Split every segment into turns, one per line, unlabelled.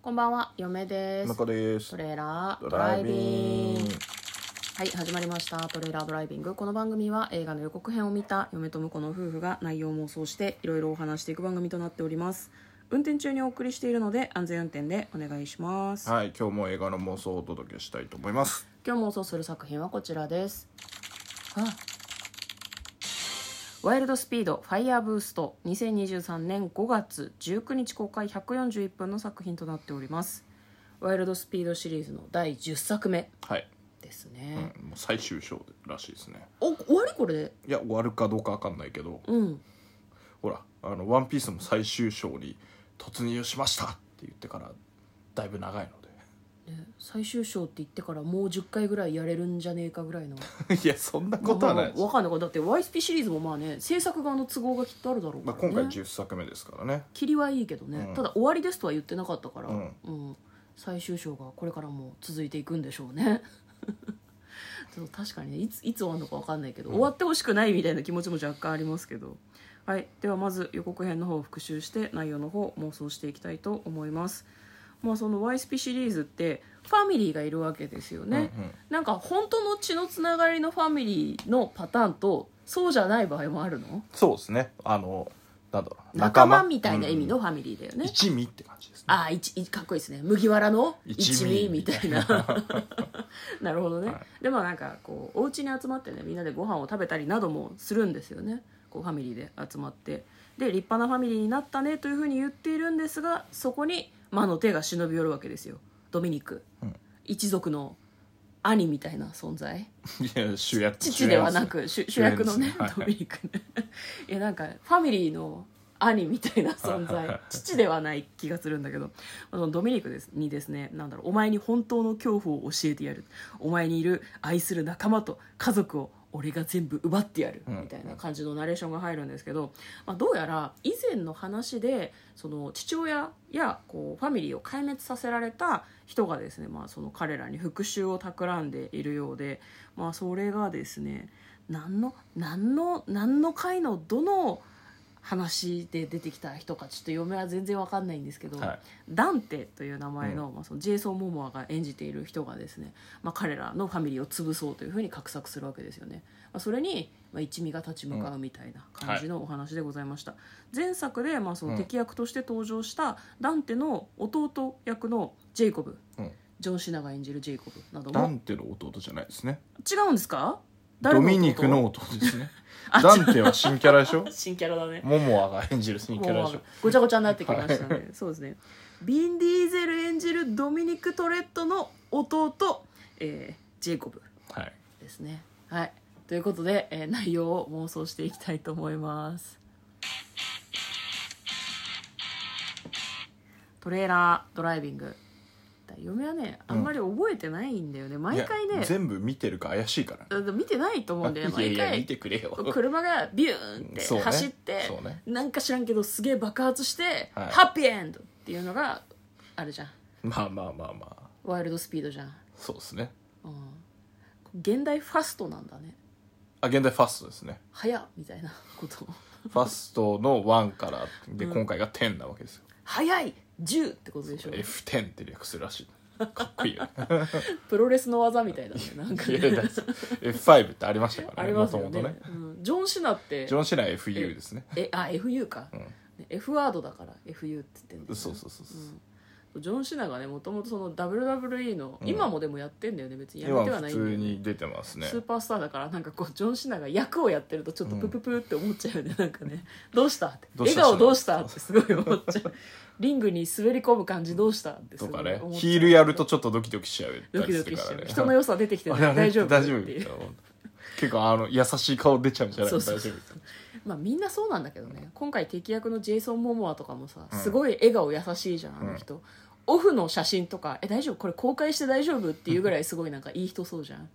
こんばんは、嫁です。
中です
ト。レーラー
ド
ドラ
ライ
イ
ビ
ビン
ン
グ
グ。。
はい、始まりました。トレーラードライビング。この番組は映画の予告編を見た嫁と婿の夫婦が内容妄想していろいろお話していく番組となっております。運転中にお送りしているので安全運転でお願いします。
はい、今日も映画の妄想をお届けしたいと思います。
今日妄想する作品はこちらです。あワイルドスピードファイヤーブースト2023年5月19日公開141分の作品となっておりますワイルドスピードシリーズの第10作目
はい、
です
うん
ね、
もう最終章らしいですね。
お終わりこれで
いや、終わるかどうかわかんないけど、
うん
ほら、あのワンピースも最終章に突入しましたって言ってから。だいぶ長い
ね最終章って言ってからもう10回ぐらいやれるんじゃねえかぐらいの
ので。いや、 そんなことはないです。
まあまあわかんないこれだって YSP シリーズもまあね制作側の都合がきっとあるだろう
まあ、
から、ね
今回10作目ですからね。
切りはいいけどね、
うん
ただ終わりですとは言ってなかったから、う
うんん
最終章がこれからも続いていくんでしょうね そう確かにねいついつ終わるのか分かんないけど、終わってほしくないみたいな気持ちも若干ありますけどはいではまず予告編の方を復習して内容の方を妄想していきたいと思いますまあその YSP シリーズってファミリーがいるわけですよね、
うんうん
なんか本当の血のつながりのファミリーのパターンとそうじゃない場合もあるの
そうですね。あの、なんだろうな。
仲間みたいな意味の
うん
ファミリーだよね、
一味って感じですね。
ああいちいかっこいいですね麦わらの一味みたいななるほどね、
は
でもなんかこうお家に集まってねみんなでご飯を食べたりなどもするんですよねこうファミリーで集まってで立派なファミリーになったねというふうに言っているんですがそこに魔の手が忍び寄るわけですよドミニク、
うん
一族の兄みたいな存在
いや、主役。
父ではなく主主
主演
役
です
のね
はい
ドミニクね いやなんかファミリーの兄みたいな存
はいはいは
在
い
父ではない気がするんだけどそのドミニクですにですねなんだろうお前に本当の恐怖を教えてやるお前にいる愛する仲間と家族を俺が全部奪ってやる
うん
みたいな感じのナレーションが入るんですけど、まあ、どうやら以前の話でその父親やこうファミリーを壊滅させられた人がですね、まあ、その彼らに復讐を企んでいるようで、まあ、それがですね何の何の何の回のどの話で出てきた人かちょっと嫁は全然わかんないんですけど、
はい。
ダンテという名前の,、まあそのジェイソン・モモアが演じている人がですね、まあ、彼らのファミリーを潰そうというふうに画策するわけですよね、まあ、それに、まあ、一味が立ち向かうみたいな感じのお話でございました、前作で、まあ、その敵役として登場したダンテの弟役のジェイコブ、
うん
ジョン・シナが演じるジェイコブなど
ダ
も
ンテの弟じゃないですね。
違うんですか誰
ド
の弟
ミニクの弟ですね。
あ
ダンテは新キャラでしょ
新キャラだね
モモアが演じる新キャラでしょ
もうごちゃごちゃになってきましたね、そうですねビン・ディーゼル演じるドミニク・トレットの弟、えージェイコブ
はい。
ですねはいということで、えー内容を妄想していきたいと思いますトレーラードライビングだ嫁はねあんまり覚えてないんだよね、毎回
いや
ね
全部見てるか怪しいからね。
だって見てないと思うんだよ
いや
毎
いや
回
見てくれよ。
車がビューンっ
そ
て
うね
走って、
そうね
なんか知らんけどすげえ爆発して、
はい
ハッピーエンドっていうのがあるじゃん
まあまあまあまあ。
ワイルドスピードじゃん、
そうですね。
うん、現代ファストなんだね
あ、現在ファストですね。
早っみたいなこと
ファストの1から、で、今回が10なわけですよ。
早い10ってことでしょ
F10 って略するらしい。かっこいいよね。
プロレスの技みたい だね なんか
い
ね
やだって F5 ってありましたか
あ
らね、
り
も
ます
と
よ
も
ね
とね。
うん、ジョン・シナって
ジョン・シナ FU ですね。
えあ FU か、
うん
ね F ワードだから FU って言ってんだよね
そうそうそうそう。
ジョン・シナがねもともとその WWE の、
うん
今もでもやってんだよね別にや
今
めては
普
ないんだよ
通
ね
に出てますね
ス。ーパースターだからなんかこうジョン・シナが役をやってるとちょっとプププって思っちゃうよね、なんかねどうしたって
どうし
笑顔
た
どうしたってすごい思っちゃうリングに滑り込む感じどうしたってす
と
ごい
か
思っちゃ
ね
う、
ヒールやるとちょっとドキドキしちゃう
ド
た
キ
り
ド
する
キしち
か
ゃ
ら
う
ね。
人の良さ出てきて
あ
ない
れあれ
大丈夫
大丈夫
っていう
結構あの優しい顔出ちゃうんじゃない
そ
の
う
大丈
そう
夫
そうまあみんなそうなんだけどね今回敵役のジェイソン・モモアとかもさすごい笑顔優しいじゃんあの人、オフの写真とか「え大丈夫これ公開して大丈夫?」っていうぐらいすごいなんかいい人そうじゃんなん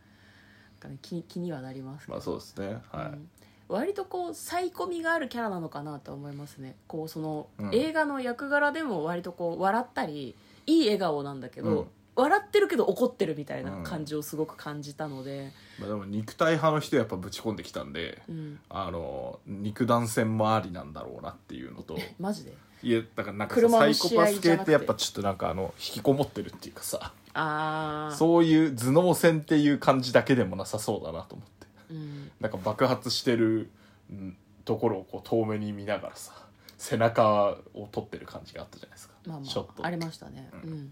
か、ね、気気にはなりますけど
まあそうですね
う
は
ん割とこうサイコミがあるキャラなのかなと思いますねこうその、
うん
映画の役柄でも割とこう笑ったりいい笑顔なんだけど、
うん
笑ってるけど怒ってるみたいな感じをすごく感じたので、
い、まあ、でも肉体派の人やっぱぶち込んできたんで
うん
あの肉弾戦もありなんだろうなっていうのと
マジで
いやだからなんかさ
車
サ
の
イコ
試合じゃ
パ
なく
ス
て
系ってやっぱちょっとなんかあの引きこもってるっていうかさ
ああ
そういう頭脳戦っていう感じだけでもなさそうだなと思って
うん
なんか爆発してるうんところをこう遠目に見ながらさ背中を取ってる感じがあったじゃないですか、
まあま
ショット
あありましたね
う
うんん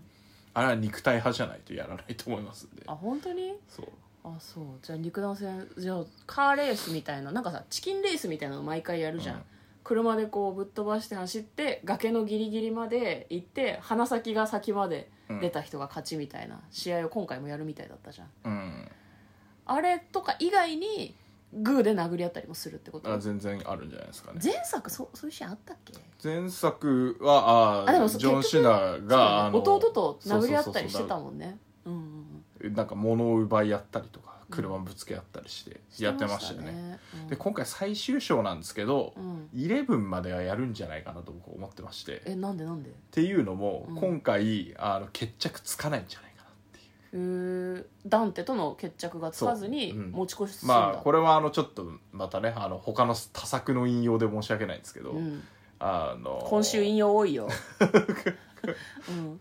あれは肉体派じゃないとやらないと思いますんで
あ本当に
そう
あそうじゃあ肉弾戦じゃあカーレースみたいななんかさチキンレースみたいなの毎回やるじゃん、
うん
車でこうぶっ飛ばして走って崖のギリギリまで行って鼻先が先まで出た人が勝ちみたいな試合を今回もやるみたいだったじゃん
うん
あれとか以外にグーで殴り合ったりもするってこと
あ全然あるんじゃないですかね
前作そそういうシーンあったっけ
前作はあ
あでもそう
ジョン・
結
シナ
そうだね
が、あの
弟と殴り合ったりし
そ
て
うそうそうそ
た
う
もんねうんうんうん
なんか物を奪い合ったりとか車ぶつけ合ったりしてやってましたよね,、
してましたね
で今回最終章なんですけど、
うんうん
11まではやるんじゃないかなと僕思ってましてっ
えなんでなんで
ていうのも、
うん
今回あの決着つかないんじゃないかなっていう
うーダンテとの決着がつかずに
そううん
持ち越し進んだ、
まあこれはあのちょっとまたねあの他の他作の引用で申し訳ないんですけど、
うん、
あの
今週引用多い よ、うん、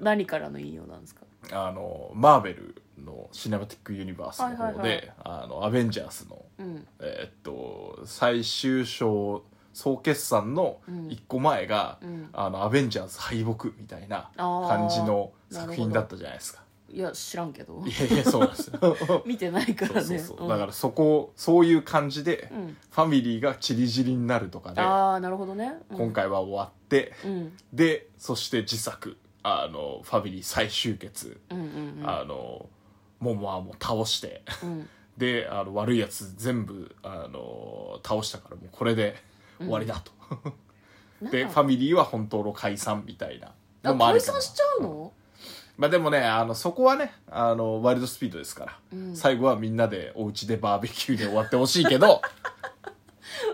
何からの引用なんですか
あのマーベルのシネマティック・ユニバースの方で、
はいはい
あのアベンジャーズの
うん
えーっと最終章総決算の
うん
一個前が、
うん
あのアベンジャーズ敗北みたいな
あー
感じの作品
なるほど
だったじゃないですか。
いや知らんけど
いやいやそうなん ですよ。そう
見てないからね
そうそう、
ん
だからそこそういう感じで、
うん
ファミリーがチリジリになるとかで、
ああなるほどね、うん
今回は終わって
うん
でそして自作あのファミリー再集結、
うんうん
あのモモアも倒して
うんうん
であの悪いやつ全部あの倒したからもうこれで終わりだと、
なん
でフ
か
ァミリーは本当の解散みたいな
あ
のもある
解
けど
散しちゃうの、
まあ、でもねあのそこはねあのワイルドスピードですから、
うん
最後はみんなでお家でバーベキューで終わってほしい けど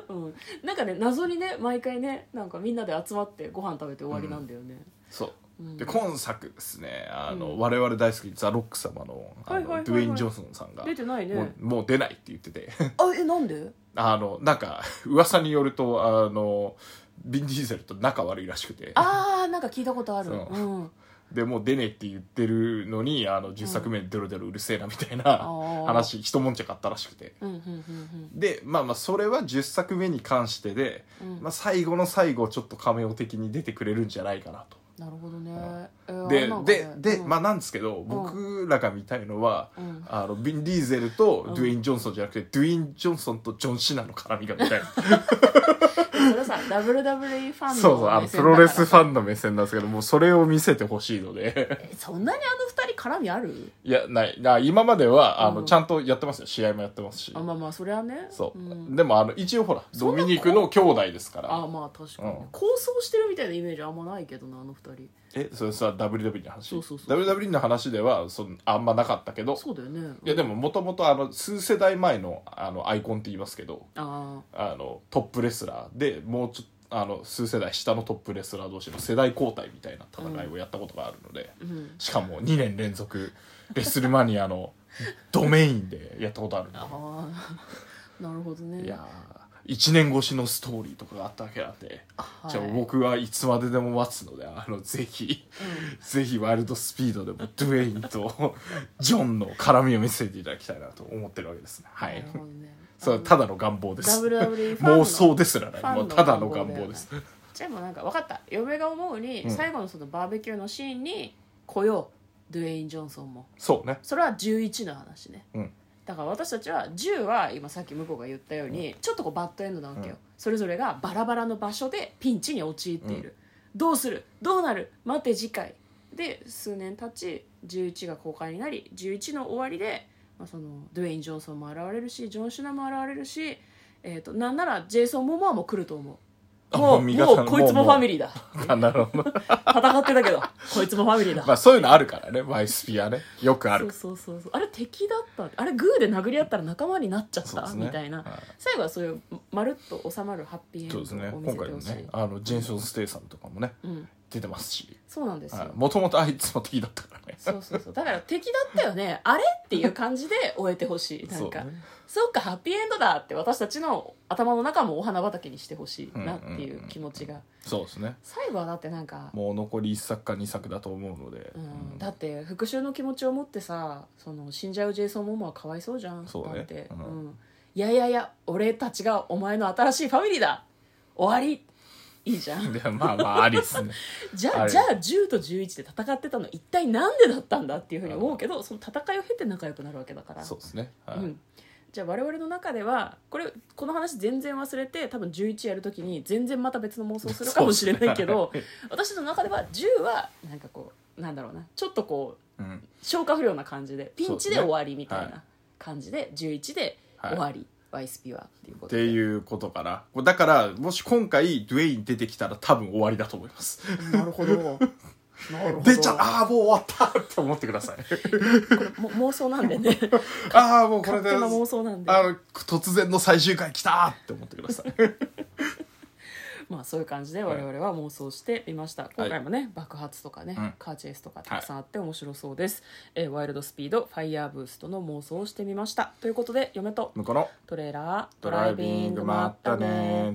うん、なんかね謎にね毎回ねなんかみんなで集まってご飯食べて終わりなんだよね、
そう
う
で
ん
今作ですねあの、
うん
我々大好きザ・ロック様のあ
はいはいはいは
の
い
ドゥエイン・ジョンソンさんが
出てないね
もうもう出ないって言ってて
あえなんで
あのなんか噂によるとあのビン・ディーゼルと仲悪いらしくて
ああなんか聞いたことある、、
そううんでもう出ねえって言ってるのにあの10作目でデロデロうるせえなみたいな
ー
話、一悶着あったらしくて
うんうんうん
でまあまあそれは10作目に関してで、
うんうん
まあ、最後の最後ちょっとカメオ的に出てくれるんじゃないかなと。
なるほどね、えー
で
なんか
で
ね
で、
うん
まあなんですけど僕らが見たいのは、
うん
あのビン・ディーゼルとドゥエイン・ジョンソンじゃなくて、ドゥエイン・ジョンソンとジョン・シナの絡みが見たい
それさ WWE ファンの
そうそうあの
目
プ
線
ロレス
だ
フ
から
ァンの目線なんですけどもうそれを見せてほしい ので。
えそんなにあの二人絡みある
いや、ない。な今までは、あの、
うん
ちゃんとやってますよ。試合もやってますし
あ。まあまあそれはね
そう。
ん
でも、あの、一応ほら、
そ
ド
んな
ミニクの兄弟ですか
あ
ら。
まあ確かに、
うん
構想してるみたいなイメージあんまないけどなあの二人
え、それさ、WWE の話。
そうそうそう
WWE の話では、そのあんまなかったけど、
そうだよねうん
いや、でも、もともと、あの、数世代前の、あの、アイコンって言いますけど、
ああ
あの、トップレスラーで、もうちょっと、あの数世代下のトップレスラー同士の世代交代みたいな戦いをやったことがあるので、
うん
しかも2年連続レスルマニアのドメインでやったことあるので
ああ なるほどね
いやー1年越しのストーリーとかがあったわけなんで、
はい
じゃあ僕はいつまででも待つのであのぜひ、ぜひワイルドスピードでもドゥエインとジョンの絡みを見せていただきたいなと思ってるわけですねは
ないるほどね
それはただの願望です
WWE ファンの
妄想ですらない
ファン
も
の
うただの願望です
じゃあもうなんか分かった嫁が思うに、
うん
最後のそのバーベキューのシーンに来ようドゥエイン・ジョンソンも
そうね
それは11の話ね、
うん
だから私たちは10は今さっき向こうが言ったように、ちょっとこうバッドエンドなわけよ、
うん
それぞれがバラバラの場所でピンチに陥っている、どうするどうなる待て次回で数年経ち11が公開になり11の終わりで、まあ、そのドゥエイン・ジョンソンも現れるしジョン・シュナも現れるし、えー、となんならジェイソン・モモアも来ると思う
あ
もう
もう味
も
方
うこいつも
もう
ファミリーだ
あなるほど
戦ってたけどこいつもファミリーだ
まあそういうのあるからねワイスピはねよくあ
そう
る
そうそうそうあれ敵だったあれグーで殴り合ったら仲間になっちゃった、みたいな、
は
最後はそういうまるっと収まるハッピーエン
そうですね
ドを見せて
今回も
ほしい
ねあのジェンソン・ステイさんとかもね
うん、
出てますし
そうなんですよ、
もともとあいつも敵だったからね
そうそうそうだから敵だったよねあれっていう感じで終えてほしい なんか
そ
そうう,、
ね
かハッピーエンドだって私たちの頭の中もお花畑にしてほしいなってい
んうんう
うんう気持ちが、
そうですね
最後はだってなんか、
もう残り1作か2作だと思うので、
うん、だって復讐の気持ちを持ってさその死んじゃうジェイソン・モモはかわいそうじゃん
そうね
だって、
う
うんんいやいやいや俺たちがお前の新しいファミリーだ終わりいいじゃん
いやまあまあありで すね
じ
あ
ゃあ
れ
じゃあ10と11で戦ってたの一体なんでだったんだっていうふうに思うけどその戦いを経て仲良くなるわけだから
そうですね、はい
うん、じゃあ我々の中ではこれこの話全然忘れて多分11やるときに全然また別の妄想するかもしれないけど、私の中では10はなんかこうなんだろうなちょっとこう
うん
消化不良な感じでピンチで
そうですね
終わりみたい
はい
な感じで、11で終わり、YSP はっていうこと
って
で
いうことからだからもし今回ドゥエイン出てきたら多分終わりだと思います
なるほどなるほど
出ちゃうああもう終わったって思ってくだ さい
これも妄想なんで ね
ああもうこれ
勝
で
手な妄想なんで
あの突然の最終回来たって思ってくだ さい
まあそういう感じで
はい
我々は妄想してみました、今回もね爆発とかね、
うん
カーチェイスとかたくさんあって面白そうです、えーワイルドスピードファイヤーブーストの妄想をしてみましたということで嫁と
向こうの
トレーラード
ドライビングもあったね